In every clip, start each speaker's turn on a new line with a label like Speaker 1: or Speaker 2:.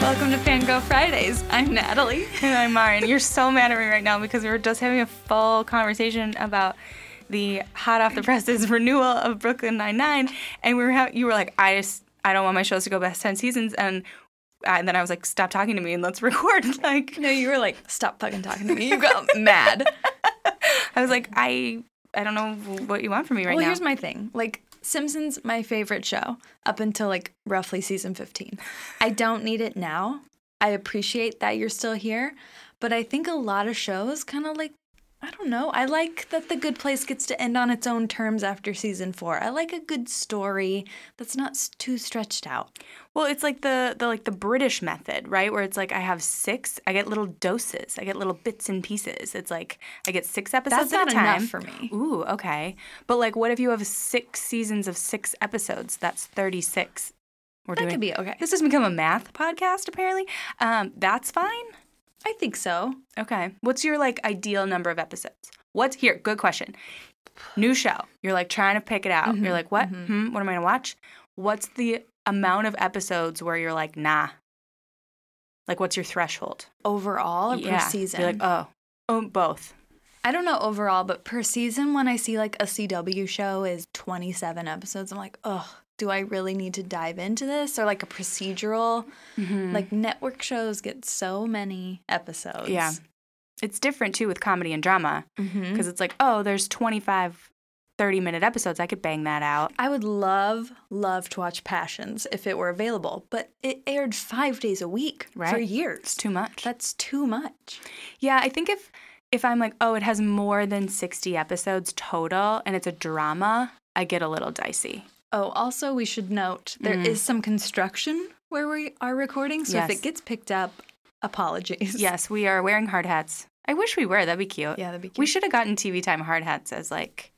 Speaker 1: Welcome to Fangirl Fridays. I'm Natalie.
Speaker 2: And I'm Marin. You're so mad at me right now because we were just having a full conversation about the hot off the presses renewal of Brooklyn Nine Nine, and we were ha- you were like, I just I don't want my shows to go past ten seasons, and and then I was like, stop talking to me and let's record. Like
Speaker 1: No, you were like, stop fucking talking to me. You got mad.
Speaker 2: I was like, I I don't know what you want from me right
Speaker 1: well,
Speaker 2: now.
Speaker 1: here's my thing. Like, Simpsons, my favorite show up until like roughly season 15. I don't need it now. I appreciate that you're still here, but I think a lot of shows kind of like, I don't know. I like that The Good Place gets to end on its own terms after season four. I like a good story that's not s- too stretched out.
Speaker 2: Well, it's like the, the like the British method, right? Where it's like I have six, I get little doses, I get little bits and pieces. It's like I get six episodes
Speaker 1: That's
Speaker 2: at
Speaker 1: not
Speaker 2: a time.
Speaker 1: enough for me.
Speaker 2: Ooh, okay. But like, what if you have six seasons of six episodes? That's thirty-six. We're
Speaker 1: That could be okay.
Speaker 2: This has become a math podcast, apparently. Um, that's fine.
Speaker 1: I think so.
Speaker 2: Okay. What's your like ideal number of episodes? What's here? Good question. New show. You're like trying to pick it out.
Speaker 1: Mm-hmm,
Speaker 2: You're like, what? Hmm, what am I gonna watch? What's the amount of episodes where you're like, nah? Like, what's your threshold?
Speaker 1: Overall or per season?
Speaker 2: You're like, oh, oh, both.
Speaker 1: I don't know overall, but per season, when I see like a CW show is 27 episodes, I'm like, ugh, do I really need to dive into this? Or like a procedural,
Speaker 2: Mm-hmm.
Speaker 1: like network shows get so many episodes.
Speaker 2: Yeah. It's different too with comedy and drama
Speaker 1: Mhm.
Speaker 2: because it's like, oh, there's 25, 30 minute episodes. I could bang that out.
Speaker 1: I would love, love to watch Passions if it were available, but it aired five days a week for
Speaker 2: Right. It's
Speaker 1: years.
Speaker 2: too much.
Speaker 1: That's too much.
Speaker 2: Yeah, I think if if I'm like, oh, it has more than 60 episodes total and it's a drama, I get a little dicey.
Speaker 1: Oh, also, we should note there is some construction where we are recording. So if
Speaker 2: Mm. Yes.
Speaker 1: it gets picked up, apologies.
Speaker 2: Yes, we are wearing hard hats. I wish we were. That'd be cute.
Speaker 1: Yeah, that'd be
Speaker 2: We
Speaker 1: cute.
Speaker 2: should have gotten TV time hard hats as like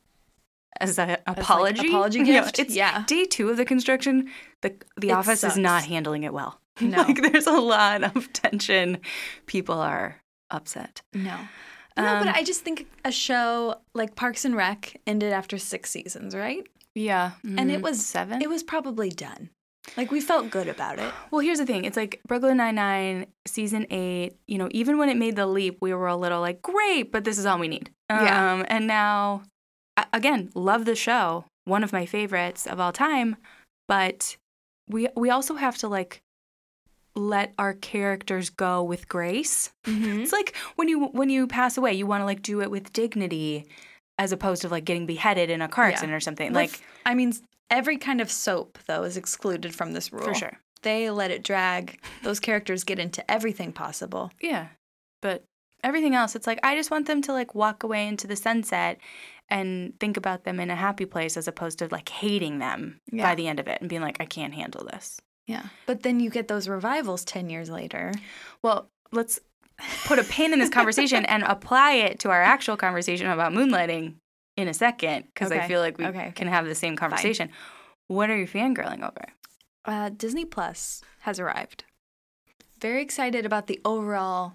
Speaker 2: as an
Speaker 1: like,
Speaker 2: apology.
Speaker 1: apology
Speaker 2: Yeah,
Speaker 1: gift?
Speaker 2: it's
Speaker 1: Yeah.
Speaker 2: day two of the construction. The the
Speaker 1: It
Speaker 2: office
Speaker 1: sucks.
Speaker 2: is not handling it well.
Speaker 1: No.
Speaker 2: like there's a lot of tension. People are upset.
Speaker 1: No. No,
Speaker 2: Um,
Speaker 1: but I just think a show like Parks and Rec ended after six seasons, right?
Speaker 2: Yeah.
Speaker 1: And it was
Speaker 2: Mm-hmm. seven.
Speaker 1: It was probably done. Like we felt good about it.
Speaker 2: Well, here's the thing. It's like Brooklyn Nine-Nine, season eight, you know, even when it made the leap, we were a little like, great, but this is all we need.
Speaker 1: Yeah.
Speaker 2: Um, and now, a- again, love the show, one of my favorites of all time, but we, we also have to like let our characters go with grace.
Speaker 1: Mm-hmm.
Speaker 2: It's like when you when you pass away, you want to like do it with dignity as opposed to like getting beheaded in a car
Speaker 1: Yeah.
Speaker 2: accident or something.
Speaker 1: Like,
Speaker 2: like
Speaker 1: I mean, every kind of soap though is excluded from this rule.
Speaker 2: for sure.
Speaker 1: They let it drag. Those characters get into everything possible.
Speaker 2: Yeah. But everything else, it's like I just want them to like walk away into the sunset and think about them in a happy place as opposed to like hating them
Speaker 1: Yeah.
Speaker 2: by the end of it and being like, I can't handle this.
Speaker 1: Yeah. But then you get those revivals 10 years later.
Speaker 2: Well, let's put a pin in this conversation and apply it to our actual conversation about moonlighting in a second because
Speaker 1: Okay.
Speaker 2: I feel like we
Speaker 1: Okay, okay.
Speaker 2: can have the same conversation. What are you fangirling over?
Speaker 1: uh, Disney Plus has arrived. Very excited about the overall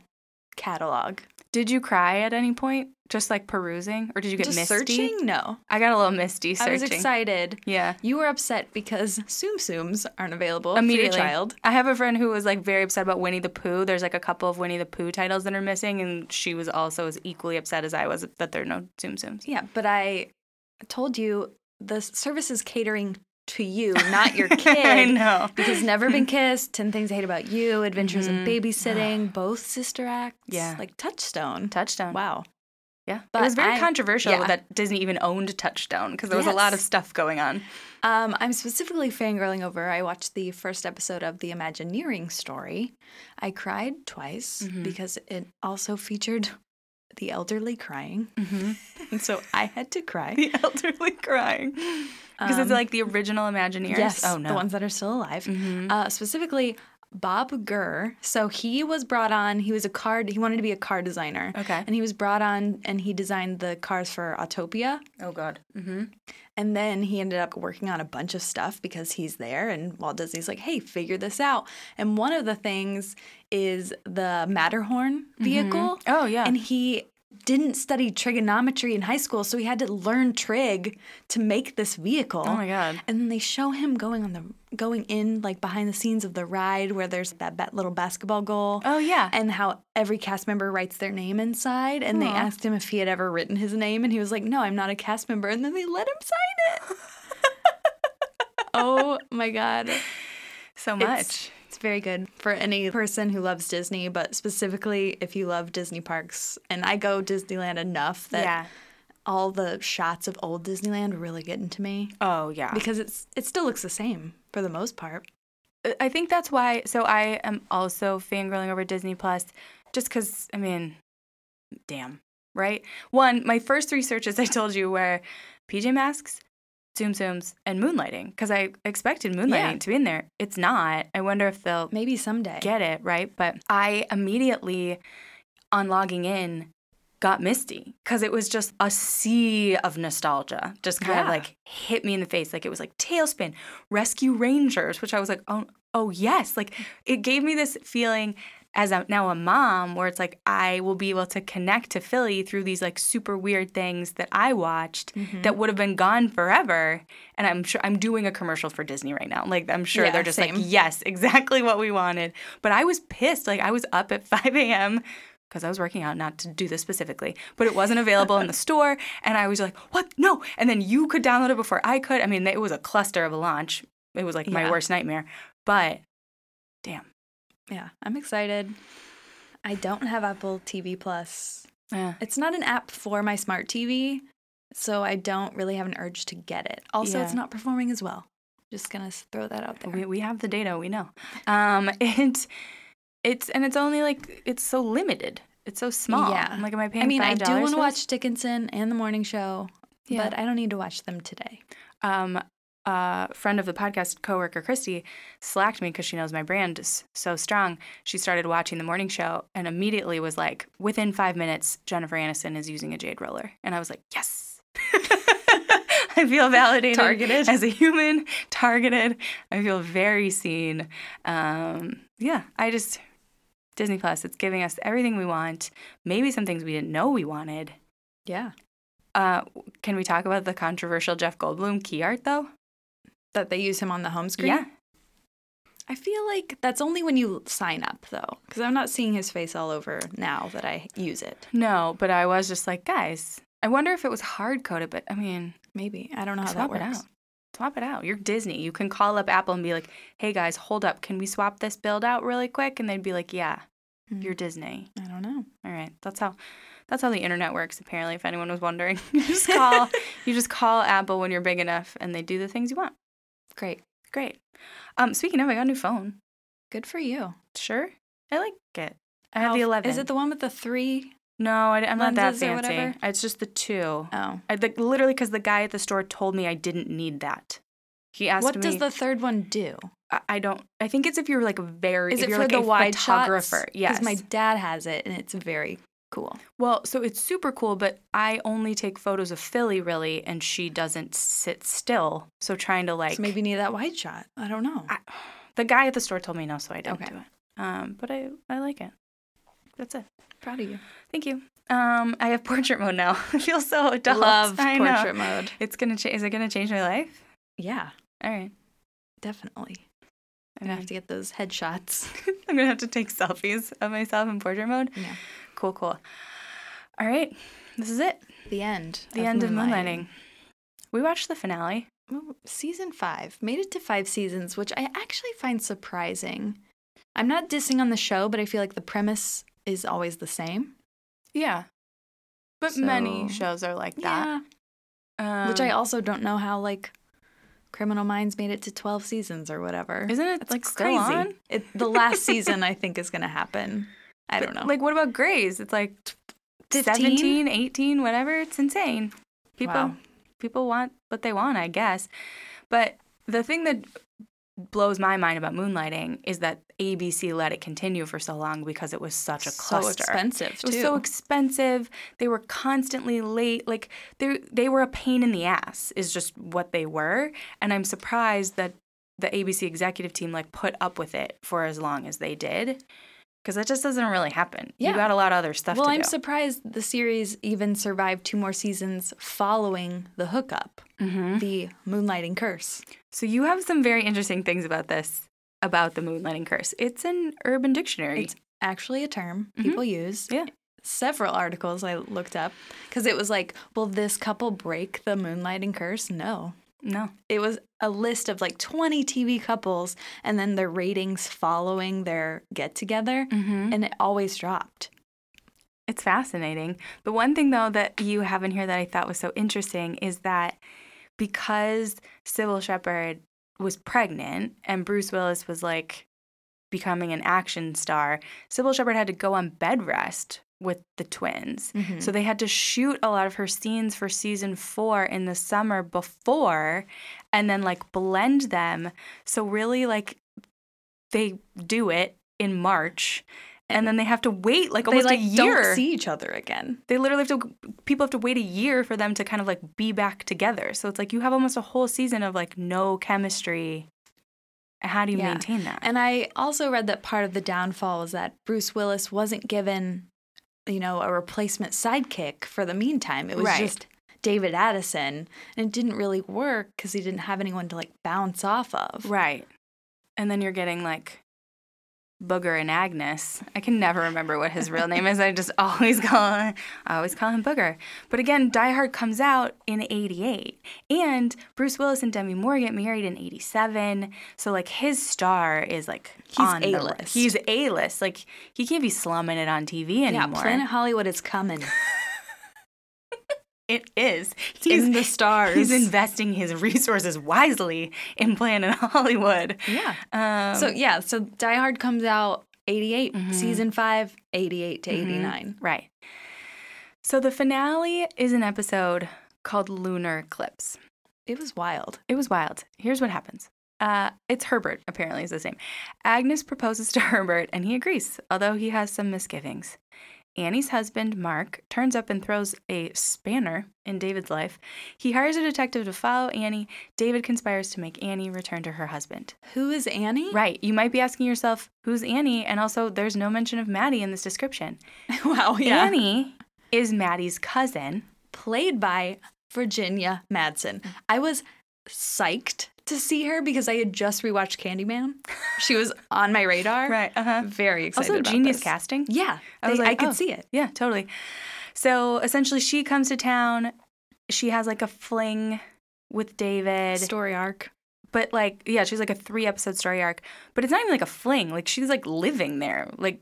Speaker 1: catalog.
Speaker 2: Did you cry at any point? Just like perusing? Or did you get
Speaker 1: Just
Speaker 2: misty?
Speaker 1: searching? No.
Speaker 2: I got a little misty searching.
Speaker 1: I was excited.
Speaker 2: Yeah.
Speaker 1: You were upset because Tsum Tsums aren't available
Speaker 2: immediately.
Speaker 1: for your child.
Speaker 2: I have a friend who was like very upset about Winnie the Pooh. There's like a couple of Winnie the Pooh titles that are missing, and she was also as equally upset as I was that there are no Zoom Zooms.
Speaker 1: Yeah, but I told you the service is catering to you, not your kid.
Speaker 2: I know.
Speaker 1: Because Never Been Kissed, 10 Things I Hate About You, Adventures in Babysitting, both sister acts.
Speaker 2: Yeah.
Speaker 1: Like Touchstone.
Speaker 2: Touchdown.
Speaker 1: Wow.
Speaker 2: Yeah.
Speaker 1: But
Speaker 2: it was very
Speaker 1: I-
Speaker 2: controversial
Speaker 1: yeah.
Speaker 2: that Disney even owned Touchdown because there was a lot of
Speaker 1: Yes.
Speaker 2: stuff going on.
Speaker 1: Um, I'm specifically fangirling over. I watched the first episode of The Imagineering Story. I cried twice because it also featured the elderly crying. And so I had to cry.
Speaker 2: The elderly crying. Because it's like the original Imagineers.
Speaker 1: Um, Yes,
Speaker 2: Oh, no. Mm-hmm.
Speaker 1: the ones that are still alive. Uh, specifically, Bob Gurr. So he was brought on. He was a car. He wanted to be a car designer.
Speaker 2: Okay.
Speaker 1: And he was brought on, and he designed the cars for Autopia.
Speaker 2: oh, God.
Speaker 1: Mm.
Speaker 2: hmm
Speaker 1: And then he ended up working on a bunch of stuff because he's there. And Walt Disney's like, hey, figure this out. And one of the things is the Matterhorn vehicle.
Speaker 2: Mm-hmm. Oh, yeah.
Speaker 1: And he didn't study trigonometry in high school, so he had to learn trig to make this vehicle.
Speaker 2: Oh my god.
Speaker 1: And then they show him going on the going in like behind the scenes of the ride where there's that, ba- little basketball goal.
Speaker 2: Oh yeah.
Speaker 1: And how every cast member writes their name inside, and they
Speaker 2: Aw.
Speaker 1: asked him if he had ever written his name, and he was like, "No, I'm not a cast member." And then they let him sign it. oh my god,
Speaker 2: so much.
Speaker 1: it's, it's very good for any person who loves Disney, but specifically if you love Disney parks. And I go Disneyland enough that
Speaker 2: yeah.
Speaker 1: all the shots of old Disneyland really get into me
Speaker 2: Oh yeah.
Speaker 1: because it's it still looks the same for the most part.
Speaker 2: I think that's why. So I am also fangirling over Disney Plus, just because. I mean, damn, right? One, my first three searches I told you were PJ Masks, Zoom Zooms, and Moonlighting, because I expected Moonlighting
Speaker 1: Yeah.
Speaker 2: to be in there. It's not. I wonder if they'll
Speaker 1: Maybe someday.
Speaker 2: get it right. But I immediately, on logging in, got misty because it was just a sea of nostalgia, just kind of
Speaker 1: Yeah.
Speaker 2: like hit me in the face. Like it was like Tailspin, Rescue Rangers, which I was like, oh, oh yes. Like it gave me this feeling as a, now a mom where it's like I will be able to connect to Philly through these like super weird things that I watched that would have been gone forever. And I'm sure I'm doing a commercial for Disney right now. Like I'm sure
Speaker 1: Yeah,
Speaker 2: they're just
Speaker 1: same.
Speaker 2: like, yes, exactly what we wanted. But I was pissed. Like I was up at 5 a.m. Because I was working out, not to do this specifically, but it wasn't available in the store. And I was like, what? No. And then you could download it before I could. I mean, it was a cluster of a launch. It was like my
Speaker 1: Yeah.
Speaker 2: worst nightmare. But damn.
Speaker 1: Yeah, I'm excited. I don't have Apple TV Plus.
Speaker 2: Yeah.
Speaker 1: It's not an app for my smart TV, so I don't really have an urge to get it. Also, it's
Speaker 2: Yeah.
Speaker 1: not performing as well. Just gonna s- throw that out there.
Speaker 2: We, we have the data. We know. Um, it, it's and it's only like it's so limited. It's so small.
Speaker 1: Yeah.
Speaker 2: I'm like, am I paying?
Speaker 1: I mean, I do
Speaker 2: $5
Speaker 1: want
Speaker 2: for
Speaker 1: to
Speaker 2: this?
Speaker 1: watch Dickinson and The Morning Show,
Speaker 2: Yeah.
Speaker 1: but I don't need to watch them today.
Speaker 2: um, a friend of the podcast, coworker Christy, slacked me because she knows my brand is so strong. She started watching the morning show and immediately was like, within five minutes, Jennifer Aniston is using a jade roller, and I was like, yes. I feel validated,
Speaker 1: Targeted.
Speaker 2: as a human, targeted. I feel very seen. Um, yeah, I just Disney Plus. It's giving us everything we want. Maybe some things we didn't know we wanted.
Speaker 1: Yeah,
Speaker 2: Uh, can we talk about the controversial Jeff Goldblum key art though?
Speaker 1: that they use him on the home screen.
Speaker 2: Yeah,
Speaker 1: I feel like that's only when you sign up though, because I'm not seeing his face all over now that I use it.
Speaker 2: No, but I was just like, guys, I wonder if it was hard coded, but I mean,
Speaker 1: Maybe I don't know how
Speaker 2: swap
Speaker 1: Oh, that
Speaker 2: it
Speaker 1: works.
Speaker 2: out. Swap it out. You're Disney. You can call up Apple and be like, hey guys, hold up. Can we swap this build out really quick? And they'd be like, yeah,
Speaker 1: Hmm.
Speaker 2: you're Disney.
Speaker 1: I don't know.
Speaker 2: All right. That's how that's how the internet works, apparently, if anyone was wondering. you just call you just call Apple when you're big enough and they do the things you want.
Speaker 1: Great,
Speaker 2: Great. Um, speaking of, I got a new phone.
Speaker 1: good for you.
Speaker 2: Sure. I like it. I have
Speaker 1: How-
Speaker 2: the 11.
Speaker 1: Is it the one with the three?
Speaker 2: no, I, am not that
Speaker 1: lenses or
Speaker 2: fancy.
Speaker 1: whatever?
Speaker 2: It's just the two.
Speaker 1: Oh.
Speaker 2: I, the, literally, because the guy at the store told me I didn't need that. He asked
Speaker 1: What
Speaker 2: me.
Speaker 1: does the third one do?
Speaker 2: I, I don't. I think it's if you're like very.
Speaker 1: Is
Speaker 2: if
Speaker 1: it
Speaker 2: you're
Speaker 1: for
Speaker 2: like
Speaker 1: the
Speaker 2: a
Speaker 1: wide
Speaker 2: photographer?
Speaker 1: shots?
Speaker 2: Yes.
Speaker 1: my dad has it, and it's very cool.
Speaker 2: well, so it's super cool, but I only take photos of Philly really, and she doesn't sit still. So trying to like.
Speaker 1: so maybe you need that wide shot. I don't know.
Speaker 2: I- the guy at the store told me no, so I didn't
Speaker 1: Okay.
Speaker 2: do it. Um, but I I like it. That's it.
Speaker 1: proud of you.
Speaker 2: Thank you. Um, I have portrait mode now. I feel so adult.
Speaker 1: Love
Speaker 2: I know.
Speaker 1: portrait mode.
Speaker 2: It's gonna change. Is it gonna change my life?
Speaker 1: Yeah,
Speaker 2: All right.
Speaker 1: definitely.
Speaker 2: I
Speaker 1: I'm gonna
Speaker 2: mean-
Speaker 1: have to get those headshots.
Speaker 2: I'm gonna have to take selfies of myself in portrait mode.
Speaker 1: Yeah.
Speaker 2: Cool, cool. All right, this is it.
Speaker 1: The end.
Speaker 2: The end of moonlighting. We watched the finale.
Speaker 1: Ooh, Season five made it to five seasons, which I actually find surprising. I'm not dissing on the show, but I feel like the premise is always the same.
Speaker 2: Yeah, but
Speaker 1: many
Speaker 2: shows are like
Speaker 1: Yeah.
Speaker 2: Um,
Speaker 1: Which I also don't know how like Criminal Minds made it to 12 seasons or whatever.
Speaker 2: isn't it
Speaker 1: That's
Speaker 2: like still on?
Speaker 1: It, the last season I think is going to happen. I don't know.
Speaker 2: Like what about Grays? It's like
Speaker 1: 15?
Speaker 2: 17, 18, whatever. It's insane. People
Speaker 1: Wow.
Speaker 2: people want what they want, I guess. But the thing that blows my mind about moonlighting is that ABC let it continue for so long because it was such a
Speaker 1: so
Speaker 2: cluster.
Speaker 1: expensive
Speaker 2: It was
Speaker 1: too.
Speaker 2: so expensive. They were constantly late. Like they they were a pain in the ass is just what they were. And I'm surprised that the ABC executive team like put up with it for as long as they did. because that just doesn't really happen.
Speaker 1: Yeah.
Speaker 2: You got a lot of other stuff
Speaker 1: well,
Speaker 2: to
Speaker 1: I'm
Speaker 2: do.
Speaker 1: surprised the series even survived two more seasons following the hookup,
Speaker 2: Mhm.
Speaker 1: the moonlighting curse.
Speaker 2: So you have some very interesting things about this, about the moonlighting curse. It's an urban dictionary.
Speaker 1: It's actually a term
Speaker 2: Mhm.
Speaker 1: people use.
Speaker 2: Yeah.
Speaker 1: Several articles I looked up because it was like, will this couple break the moonlighting curse? No.
Speaker 2: no.
Speaker 1: It was a list of like 20 TV couples and then their ratings following their get together,
Speaker 2: Mm-hmm.
Speaker 1: and it always dropped.
Speaker 2: It's fascinating. The one thing, though, that you have in here that I thought was so interesting is that because Sybil Shepherd was pregnant and Bruce Willis was like becoming an action star, Sybil Shepherd had to go on bed rest with the twins.
Speaker 1: Mm-hmm.
Speaker 2: So they had to shoot a lot of her scenes for season four in the summer before and then like blend them. So really, like, they do it in March. And then they have to wait like almost
Speaker 1: they like
Speaker 2: a year
Speaker 1: don't see each other again.
Speaker 2: they literally have to people have to wait a year for them to kind of like be back together so it's like you have almost a whole season of like no chemistry how do you
Speaker 1: Yeah.
Speaker 2: maintain that
Speaker 1: And I also read that part of the downfall was that Bruce Willis wasn't given, you know, a replacement sidekick for the meantime. It was
Speaker 2: Right.
Speaker 1: just David Addison, and it didn't really work because he didn't have anyone to like bounce off of.
Speaker 2: right and then you're getting like booger and agnes i can never remember what his real name is i just always call i always call him booger but again die hard comes out in 88 and bruce willis and demi moore get married in 87 so like his star is like
Speaker 1: He's
Speaker 2: on the-
Speaker 1: A-list.
Speaker 2: he's a-list like he can't be slumming it on tv anymore
Speaker 1: Yeah, Planet Hollywood is coming.
Speaker 2: It is.
Speaker 1: It's in the stars.
Speaker 2: He's investing his resources wisely in Planet Hollywood.
Speaker 1: yeah.
Speaker 2: Um,
Speaker 1: so yeah, so Die Hard comes out 88,
Speaker 2: Mhm.
Speaker 1: season 5, 88 to
Speaker 2: Mhm.
Speaker 1: 89.
Speaker 2: right. So the finale is an episode called Lunar Eclipse.
Speaker 1: It was wild.
Speaker 2: It was wild. Here's what happens. Uh, it's Herbert, apparently, is his name. Agnes proposes to Herbert, and he agrees, although he has some misgivings. Annie's husband, Mark, turns up and throws a spanner in David's life. He hires a detective to follow Annie. David conspires to make Annie return to her husband.
Speaker 1: Who is Annie?
Speaker 2: Right. You might be asking yourself, who's Annie? And also, there's no mention of Maddie in this description.
Speaker 1: wow, yeah.
Speaker 2: Annie is Maddie's cousin.
Speaker 1: played by Virginia Madsen. I was psyched to see her because I had just rewatched Candyman. She was on my radar.
Speaker 2: Uh huh.
Speaker 1: Very excited.
Speaker 2: Also,
Speaker 1: about
Speaker 2: genius
Speaker 1: this.
Speaker 2: casting.
Speaker 1: Yeah,
Speaker 2: I was
Speaker 1: they-
Speaker 2: like,
Speaker 1: I could
Speaker 2: oh.
Speaker 1: see it.
Speaker 2: Yeah, totally. So essentially, she comes to town. She has like a fling with David.
Speaker 1: Story arc.
Speaker 2: But like, yeah, she's like a three episode story arc. But it's not even like a fling. Like, she's like living there. Like,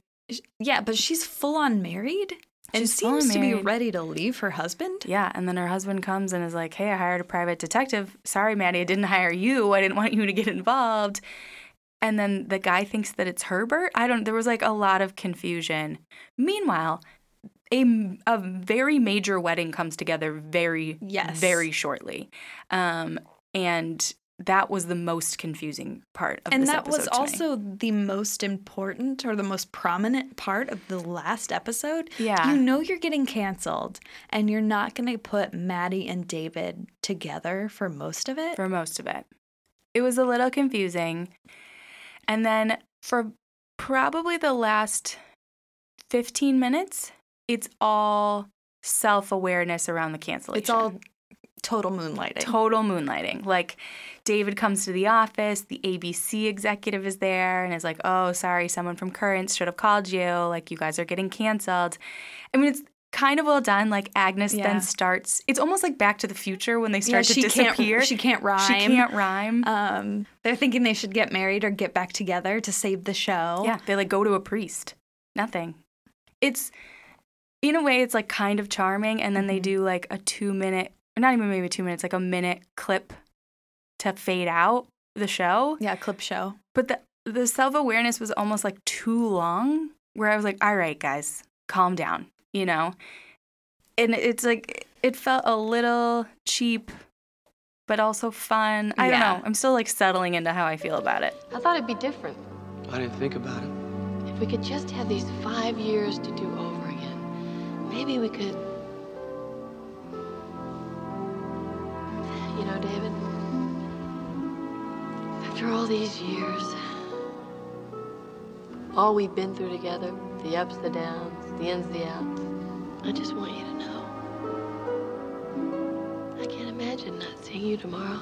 Speaker 1: Yeah, but she's full on married and
Speaker 2: She's full-on
Speaker 1: seems to be
Speaker 2: married.
Speaker 1: ready to leave her husband.
Speaker 2: Yeah, and then her husband comes and is like, "Hey, I hired a private detective. Sorry, Maddie, I didn't hire you. I didn't want you to get involved." And then the guy thinks that it's Herbert. I don't. There was like a lot of confusion. Meanwhile, a a very major wedding comes together very
Speaker 1: Yes.
Speaker 2: very shortly, um, and that was the most confusing part of
Speaker 1: And
Speaker 2: this
Speaker 1: that was
Speaker 2: episode to me.
Speaker 1: also the most important or the most prominent part of the last episode.
Speaker 2: Yeah.
Speaker 1: You know you're getting canceled and you're not going to put Maddie and David together for most of it.
Speaker 2: for most of it. It was a little confusing. And then for probably the last 15 minutes, it's all self awareness around the cancellation.
Speaker 1: It's all total moonlighting.
Speaker 2: total moonlighting. Like David comes to the office, the ABC executive is there and is like, "Oh, sorry, someone from Currents should have called you. Like you guys are getting canceled." I mean, it's kind of well done. Like Agnes
Speaker 1: Yeah.
Speaker 2: then starts. It's almost like Back to the Future when they
Speaker 1: yeah,
Speaker 2: start to
Speaker 1: she
Speaker 2: disappear.
Speaker 1: can't. She can't rhyme.
Speaker 2: She can't rhyme.
Speaker 1: Um, they're thinking they should get married or get back together to save the show.
Speaker 2: Yeah, Oh, they like go to a priest. Nothing. It's in a way, it's like kind of charming, and then they
Speaker 1: Mhm.
Speaker 2: do like a two minute, not even maybe two minutes, like a minute clip to fade out the show.
Speaker 1: yeah, clip show.
Speaker 2: But the the self awareness was almost like too long, where I was like, all right, guys, calm down, you know. And it's like it felt a little cheap, but also fun. I
Speaker 1: Yeah.
Speaker 2: don't know. I'm still like settling into how I feel about it.
Speaker 3: I thought it'd be different
Speaker 4: I didn't think about it.
Speaker 3: if we could just have these five years to do over again. Maybe we could. You know, David, after all these years, all we've been through together the ups, the downs, the ins, the outs. I just want you to know. I can't imagine not seeing you tomorrow.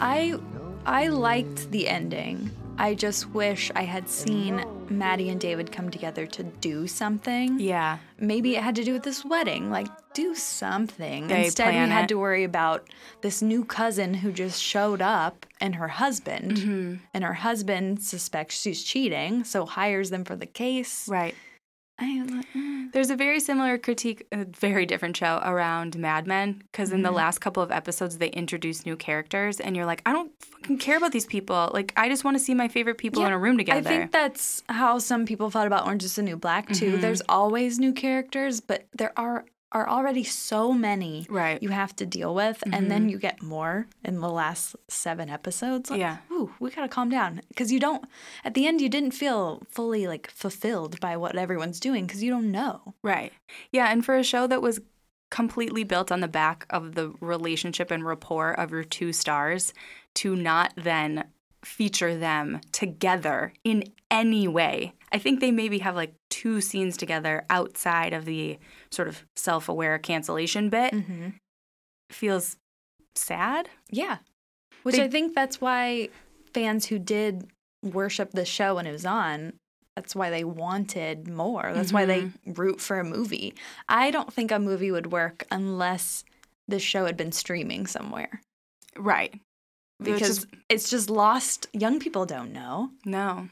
Speaker 1: I I liked the ending. I just wish I had seen Maddie and David come together to do something.
Speaker 2: Yeah.
Speaker 1: Maybe it had to do with this wedding. Like do something.
Speaker 2: They
Speaker 1: Instead we
Speaker 2: plan
Speaker 1: had
Speaker 2: it.
Speaker 1: to worry about this new cousin who just showed up and her husband.
Speaker 2: Mm-hmm.
Speaker 1: And her husband suspects she's cheating, so hires them for the case.
Speaker 2: Right.
Speaker 1: I was like, mm.
Speaker 2: There's a very similar critique, a very different show around Mad Men, because in the
Speaker 1: Mm-hmm.
Speaker 2: last couple of episodes, they introduce new characters, and you're like, I don't fucking care about these people. Like, I just want to see my favorite people in a room together. Mm-hmm.
Speaker 1: I think that's how some people thought about Orange is the New Black too. There's always new characters, but there are are already so many
Speaker 2: Right. Mm-hmm.
Speaker 1: you have to deal with, and then you get more in the last seven episodes. Like,
Speaker 2: Yeah.
Speaker 1: ooh, we gotta calm down because you don't. At the end, you didn't feel fully like fulfilled by what everyone's doing because you don't know.
Speaker 2: Right. Yeah. And for a show that was completely built on the back of the relationship and rapport of your two stars, to not then feature them together in any way. I think they maybe have like two scenes together outside of the sort of self aware cancellation bit.
Speaker 1: Mm-hmm.
Speaker 2: Feels sad.
Speaker 1: Yeah, which
Speaker 2: They-
Speaker 1: I think that's why fans who did worship the show when it was on, that's why they wanted more. That's why they
Speaker 2: Mm-hmm.
Speaker 1: root for a movie. I don't think a movie would work unless the show had been streaming somewhere
Speaker 2: Right. Which
Speaker 1: because
Speaker 2: is-
Speaker 1: it's just lost. Young people don't know.
Speaker 2: no.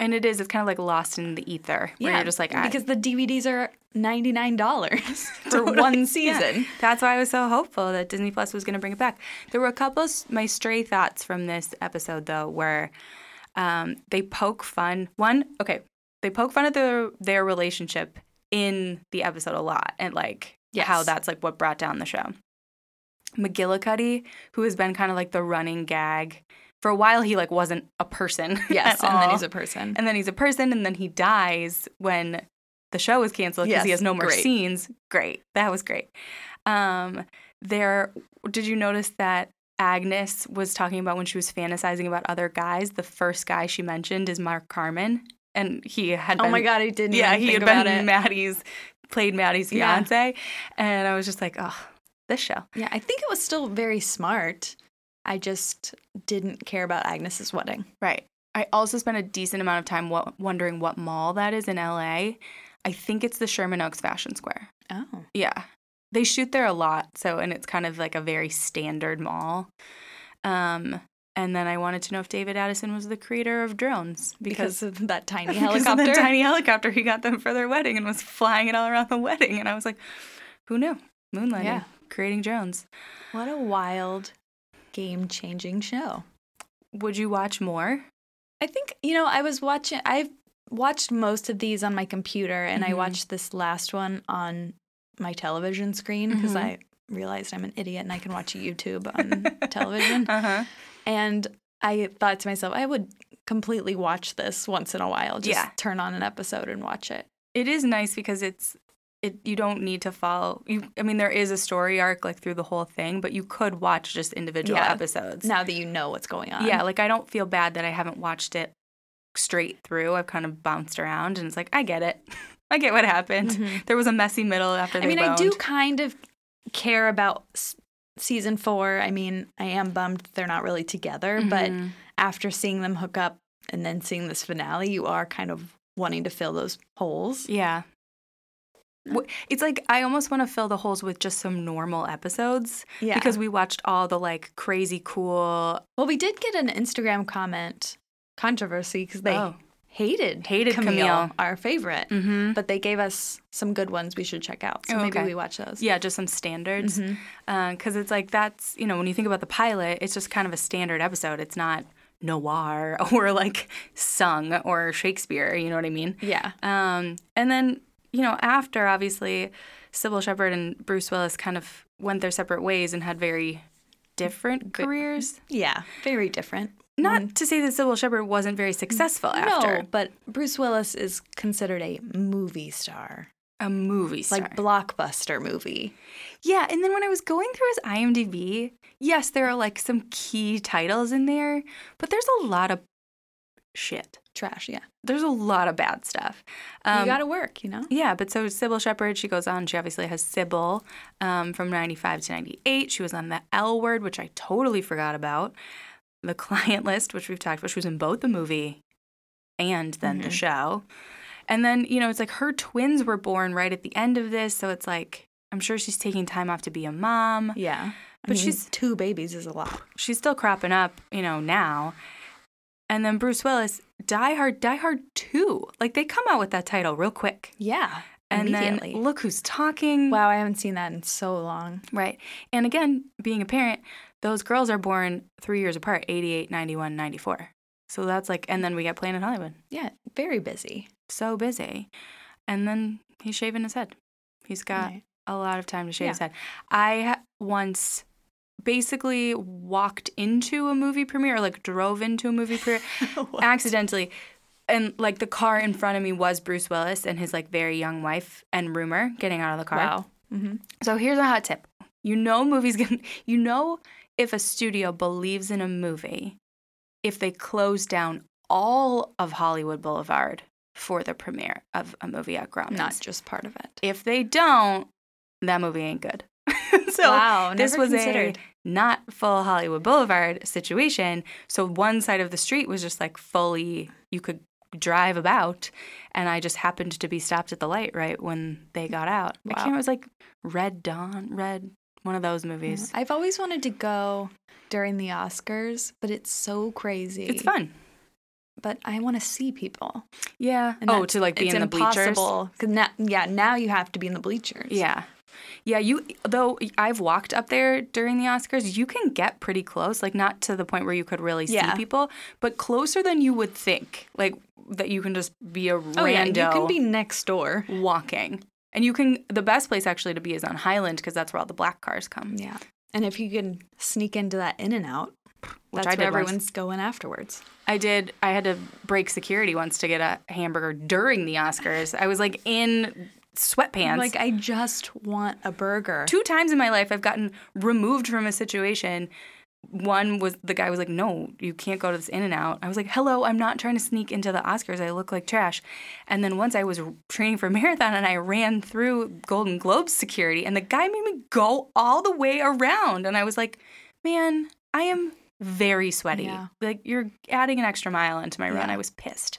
Speaker 2: And it is, it's kind of like lost in the ether where you're just like, I,
Speaker 1: because the DVDs are ninety nine dollars for one season.
Speaker 2: Yeah. That's why I was so hopeful that Disney Plus was going to bring it back. There were a couple of s- my stray thoughts from this episode though, where um, they poke fun. One, okay, they poke fun at their their relationship in the episode a lot, and like how
Speaker 1: Yes.
Speaker 2: that's like what brought down the show. McGillicuddy, who has been kind of like the running gag for a while, he like wasn't a person.
Speaker 1: Yes,
Speaker 2: at
Speaker 1: and then
Speaker 2: all.
Speaker 1: he's a person.
Speaker 2: and then he's a person, and then he dies when the show is canceled because he
Speaker 1: Yes,
Speaker 2: has no more
Speaker 1: great.
Speaker 2: scenes. Great, that was great. Um, there, did you notice that Agnes was talking about when she was fantasizing about other guys? The first guy she mentioned is Mark Carmen, and he had
Speaker 1: oh
Speaker 2: been,
Speaker 1: my god, I didn't.
Speaker 2: yeah,
Speaker 1: even
Speaker 2: he
Speaker 1: think
Speaker 2: had
Speaker 1: about
Speaker 2: been
Speaker 1: it.
Speaker 2: Maddie's played Maddie's
Speaker 1: Yeah.
Speaker 2: fiance, and I was just like, oh, this show.
Speaker 1: Yeah, I think it was still very smart. I just didn't care about Agnes's wedding.
Speaker 2: Right. I also spent a decent amount of time wo- wondering what mall that is in LA. I think it's the Sherman Oaks Fashion Square.
Speaker 1: Oh.
Speaker 2: Yeah. They shoot there a lot, so and it's kind of like a very standard mall. Um and then I wanted to know if David Addison was the creator of drones because,
Speaker 1: Because, of that tiny
Speaker 2: because of
Speaker 1: helicopter.
Speaker 2: that tiny helicopter he got them for their wedding and was flying it all around the wedding and I was like, who knew? Moonlighting,
Speaker 1: Yeah.
Speaker 2: creating drones.
Speaker 1: what a wild game changing show.
Speaker 2: Would you watch more?
Speaker 1: I think, you know, I was watching, I've watched most of these on my computer and I
Speaker 2: Mhm.
Speaker 1: watched this last one on my television screen because
Speaker 2: Mhm.
Speaker 1: I realized I'm an idiot and I can watch YouTube on television.
Speaker 2: Uh-huh.
Speaker 1: And I thought to myself, I would completely watch this once in a while. Just
Speaker 2: Yeah.
Speaker 1: turn on an episode and watch it.
Speaker 2: it is nice because it's it you don't need to follow you I mean there is a story arc like through the whole thing, but you could watch just individual
Speaker 1: Yeah.
Speaker 2: episodes.
Speaker 1: now that you know what's going on.
Speaker 2: Yeah, like I don't feel bad that I haven't watched it straight through. I've kind of bounced around and it's like I get it. I get what happened.
Speaker 1: Mhm.
Speaker 2: There was a messy middle after they
Speaker 1: I mean, I do
Speaker 2: boned.
Speaker 1: kind of care about s- season four. I mean, I am bummed they're not really together, but
Speaker 2: Mhm.
Speaker 1: after seeing them hook up and then seeing this finale, you are kind of wanting to fill those holes.
Speaker 2: Yeah. Wh- It's like I almost want to fill the holes with just some normal episodes
Speaker 1: Yeah.
Speaker 2: because we watched all the like crazy cool
Speaker 1: well, we did get an Instagram comment controversy because they
Speaker 2: Oh.
Speaker 1: hated
Speaker 2: Hated Camille.
Speaker 1: our favorite,
Speaker 2: Mhm.
Speaker 1: but they gave us some good ones we should check out. So
Speaker 2: Oh,
Speaker 1: maybe
Speaker 2: okay.
Speaker 1: we watch those.
Speaker 2: Yeah, just some standards. Because
Speaker 1: Mhm.
Speaker 2: it's like that's, you know, when you think about the pilot, it's just kind of a standard episode. It's not noir or like sung or Shakespeare, you know what I mean?
Speaker 1: Yeah.
Speaker 2: Um, and then, you know, after obviously Sybil Shepherd and Bruce Willis kind of went their separate ways and had very different careers.
Speaker 1: Yeah. Very different.
Speaker 2: Not to say that Sybil Shepherd wasn't very successful after
Speaker 1: No, but Bruce Willis is considered a movie star,
Speaker 2: a movie star.
Speaker 1: like blockbuster movie.
Speaker 2: Yeah, and then when I was going through his IMDb, yes, there are like some key titles in there, but there's a lot of shit.
Speaker 1: Trash, yeah.
Speaker 2: There's a lot of bad stuff. Um,
Speaker 1: you gotta work, you know?
Speaker 2: Yeah, but so Sybil Shepherd, she goes on. She obviously has Sybil um, from 95 to 98. She was on the L word, which I totally forgot about. The client list, which we've talked about. She was in both the movie and then the
Speaker 1: Mhm.
Speaker 2: show. And then, you know, it's like her twins were born right at the end of this. So it's like, I'm sure she's taking time off to be a mom.
Speaker 1: Yeah. But
Speaker 2: But
Speaker 1: she's
Speaker 2: she's-
Speaker 1: two babies is a lot.
Speaker 2: she's still cropping up, you know, now. And then Bruce Willis, Die Hard, Die Hard 2. Like they come out with that title real quick.
Speaker 1: Yeah.
Speaker 2: And then
Speaker 1: immediately.
Speaker 2: look who's talking.
Speaker 1: wow, I haven't seen that in so long.
Speaker 2: Right. And again, being a parent, those girls are born three years apart 88, 91, 94. So that's like, and then we get Planet Hollywood.
Speaker 1: Yeah, very busy.
Speaker 2: So busy. And then he's shaving his head. He's got
Speaker 1: Right.
Speaker 2: a lot of time to shave
Speaker 1: Yeah.
Speaker 2: his head. I ha- once basically walked into a movie premiere, or like drove into a movie premiere accidentally. And like the car in front of me was Bruce Willis and his like very young wife and rumor getting out of the car.
Speaker 1: Wow. hmm
Speaker 2: So here's a hot tip. You know movies gonna you know if a studio believes in a movie, if they close down all of Hollywood Boulevard for the premiere of a movie at Grauman's.
Speaker 1: Not just part of it.
Speaker 2: if they don't, that movie ain't good. so
Speaker 1: wow,
Speaker 2: this
Speaker 1: never
Speaker 2: was
Speaker 1: considered.
Speaker 2: a not full Hollywood Boulevard situation. So one side of the street was just like fully you could drive about, and I just happened to be stopped at the light right when they got out. I
Speaker 1: Wow.
Speaker 2: can't. It was like Red Dawn, Red, one of those movies.
Speaker 1: I've always wanted to go during the Oscars, but it's so crazy.
Speaker 2: It's fun.
Speaker 1: But I want to see people.
Speaker 2: Yeah.
Speaker 1: And
Speaker 2: oh,
Speaker 1: that's-
Speaker 2: to like be
Speaker 1: it's
Speaker 2: in the bleachers.
Speaker 1: impossible, 'cause Now, yeah, now you have to be in the bleachers.
Speaker 2: Yeah. Yeah, you though I've walked up there during the Oscars, you can get pretty close, like not to the point where you could really
Speaker 1: Yeah.
Speaker 2: see people, but closer than you would think. Like that you can just be a rando
Speaker 1: Oh, yeah, you can be next door.
Speaker 2: walking. And you can the best place actually to be is on Highland because that's where all the black cars come.
Speaker 1: Yeah. And if you can sneak into that in and out,
Speaker 2: Which
Speaker 1: that's
Speaker 2: I
Speaker 1: where
Speaker 2: did once.
Speaker 1: everyone's going afterwards.
Speaker 2: I did I had to break security once to get a hamburger during the Oscars. I was like in sweatpants.
Speaker 1: Like, I just want a burger.
Speaker 2: two times in my life I've gotten removed from a situation. One was the guy was like, "No, you can't go to this In and Out." I was like, "Hello, I'm not trying to sneak into the Oscars. I look like trash." And then once I was training for a marathon and I ran through Golden Globe security, and the guy made me go all the way around, and I was like, "Man, I am very sweaty.
Speaker 1: Yeah.
Speaker 2: Like you're adding an extra mile into my run."
Speaker 1: Yeah.
Speaker 2: I was pissed.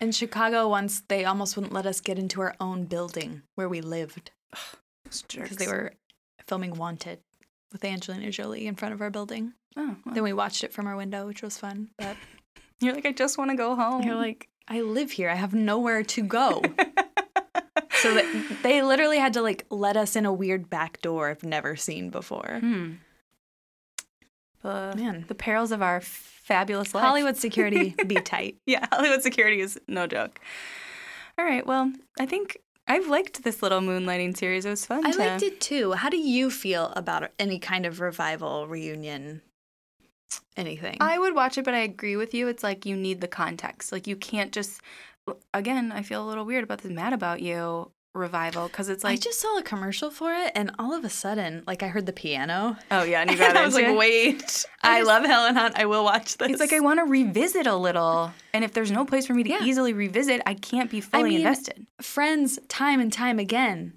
Speaker 1: In Chicago, once they almost wouldn't let us get into our own building where we lived because they were filming Wanted with Angelina Jolie in front of our building.
Speaker 2: Oh, well.
Speaker 1: Then we watched it from our window, which was fun. But
Speaker 2: you're like, I just want to go home.
Speaker 1: you're like, I live here. I have nowhere to go. so that they literally had to like let us in a weird back door I've never seen before.
Speaker 2: Hmm. The,
Speaker 1: Man.
Speaker 2: the perils of our fabulous life.
Speaker 1: Hollywood security, be tight.
Speaker 2: Yeah, Hollywood security is no joke. All right. Well, I think I've liked this little moonlighting series. It was fun.
Speaker 1: I
Speaker 2: to-
Speaker 1: liked it too. How do you feel about any kind of revival, reunion, anything?
Speaker 2: I would watch it, but I agree with you. It's like you need the context. Like you can't just. Again, I feel a little weird about this "Mad About You" revival because it's
Speaker 1: I
Speaker 2: like,
Speaker 1: just saw a commercial for it, and all of a sudden, like I heard the piano.
Speaker 2: oh yeah, and you
Speaker 1: And
Speaker 2: got
Speaker 1: I was
Speaker 2: into
Speaker 1: like,
Speaker 2: it.
Speaker 1: wait,
Speaker 2: I
Speaker 1: I,
Speaker 2: just-
Speaker 1: love Helen Hunt. I will watch this.
Speaker 2: It's like I want to revisit a little, and if there's no place for me to
Speaker 1: Yeah.
Speaker 2: easily revisit, I can't be fully
Speaker 1: mean,
Speaker 2: invested.
Speaker 1: friends time and time again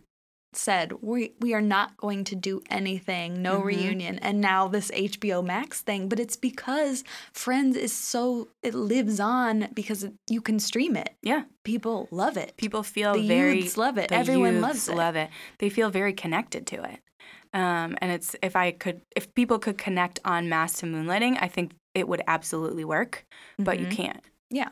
Speaker 1: said we we are not going to do anything no
Speaker 2: Mhm.
Speaker 1: reunion and now this HBO Max thing but it's because friends is so it lives on because it, you can stream it
Speaker 2: Yeah,
Speaker 1: people love it
Speaker 2: people feel
Speaker 1: the
Speaker 2: very
Speaker 1: youths love it
Speaker 2: the
Speaker 1: everyone
Speaker 2: youths
Speaker 1: loves it
Speaker 2: Love it. They feel very connected to it. Um, and it's if I could, if people could connect en masse to moonlighting, I think it would absolutely work. But you
Speaker 1: Mhm.
Speaker 2: can't.
Speaker 1: yeah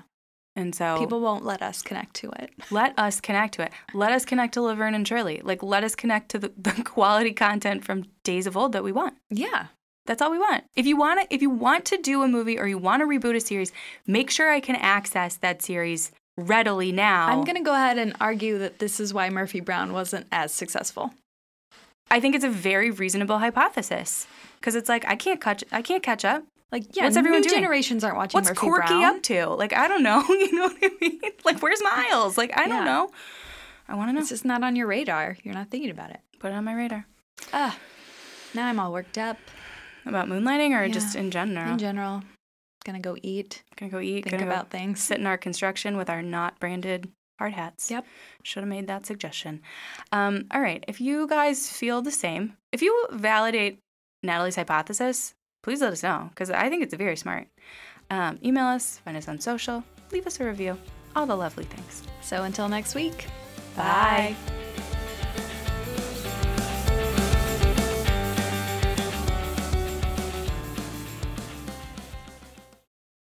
Speaker 2: And so
Speaker 1: people won't let us connect to it
Speaker 2: let us connect to it. Let us connect to Laverne and Shirley. Like let us connect to the, the quality content from days of old that we want.
Speaker 1: yeah
Speaker 2: That's all we want. If you want to, if you want to do a movie or you want to reboot a series, make sure I can access that series readily now.
Speaker 1: I'm going to go ahead and argue that this is why Murphy Brown wasn't as successful.
Speaker 2: I think it's a very reasonable hypothesis because it's like I can't catch I can't catch up.
Speaker 1: Like, yeah,
Speaker 2: What's everyone
Speaker 1: new
Speaker 2: doing?
Speaker 1: generations aren't watching
Speaker 2: What's
Speaker 1: Murphy
Speaker 2: Corky
Speaker 1: Brown.
Speaker 2: up to? Like I don't know. You know what I mean? Like where's Miles? Like I
Speaker 1: Yeah.
Speaker 2: don't know. I want to know.
Speaker 1: It's just not on your radar. You're not thinking about it.
Speaker 2: Put it on my radar
Speaker 1: Ah, now I'm all worked up
Speaker 2: about moonlighting or
Speaker 1: Yeah.
Speaker 2: just in general.
Speaker 1: in general. gonna go eat,
Speaker 2: Gonna go eat.
Speaker 1: think
Speaker 2: gonna go
Speaker 1: about things.
Speaker 2: sit in our construction with our not branded hard hats.
Speaker 1: Yep.
Speaker 2: Should have made that suggestion. Um, all right. If you guys feel the same, if you validate Natalie's hypothesis, please let us know because I think it's very smart. Um, email us, find us on social, leave us a review, all the lovely things.
Speaker 1: So until next week,
Speaker 2: Bye.